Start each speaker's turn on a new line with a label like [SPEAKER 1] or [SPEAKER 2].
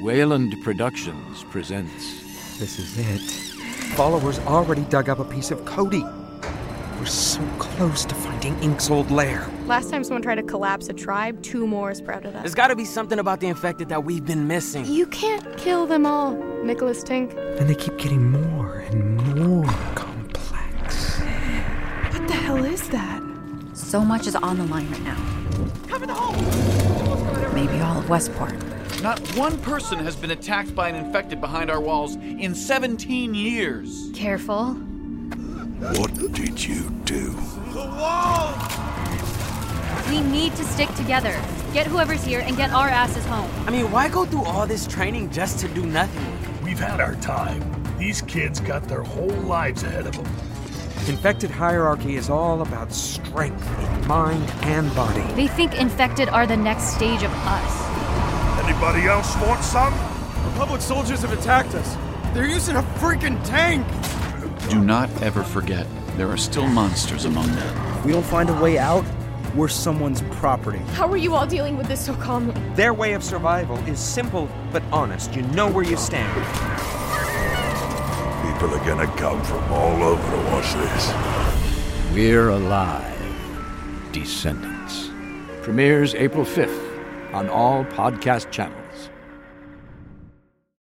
[SPEAKER 1] Wayland Productions presents.
[SPEAKER 2] This is it. Followers already dug up a piece of Cody. We're so close to finding Ink's old lair.
[SPEAKER 3] Last time someone tried to collapse a tribe, two more sprouted up.
[SPEAKER 4] There's gotta be something about the infected that we've been missing.
[SPEAKER 3] You can't kill them all, Nicholas Tink.
[SPEAKER 2] And they keep getting more and more complex.
[SPEAKER 3] What the hell is that?
[SPEAKER 5] So much is on the line right now. Cover the hole! Maybe all of Westport.
[SPEAKER 6] Not one person has been attacked by an infected behind our walls in 17 years.
[SPEAKER 5] Careful.
[SPEAKER 7] What did you do?
[SPEAKER 8] We need to stick together. Get whoever's here and get our asses home.
[SPEAKER 4] I mean, why go through all this training just to do nothing?
[SPEAKER 7] We've had our time. These kids got their whole lives ahead of them.
[SPEAKER 2] Infected hierarchy is all about strength in mind and body.
[SPEAKER 8] They think infected are the next stage of us.
[SPEAKER 7] Anybody else want some?
[SPEAKER 9] Public soldiers have attacked us. They're using a freaking tank.
[SPEAKER 6] Do not ever forget, there are still monsters among them.
[SPEAKER 10] If we don't find a way out, we're someone's property.
[SPEAKER 3] How are you all dealing with this so calmly?
[SPEAKER 2] Their way of survival is simple but honest. You know where you stand.
[SPEAKER 7] People are gonna come from all over to watch this.
[SPEAKER 1] We're Alive Descendants. Premieres April 5th on all podcast channels.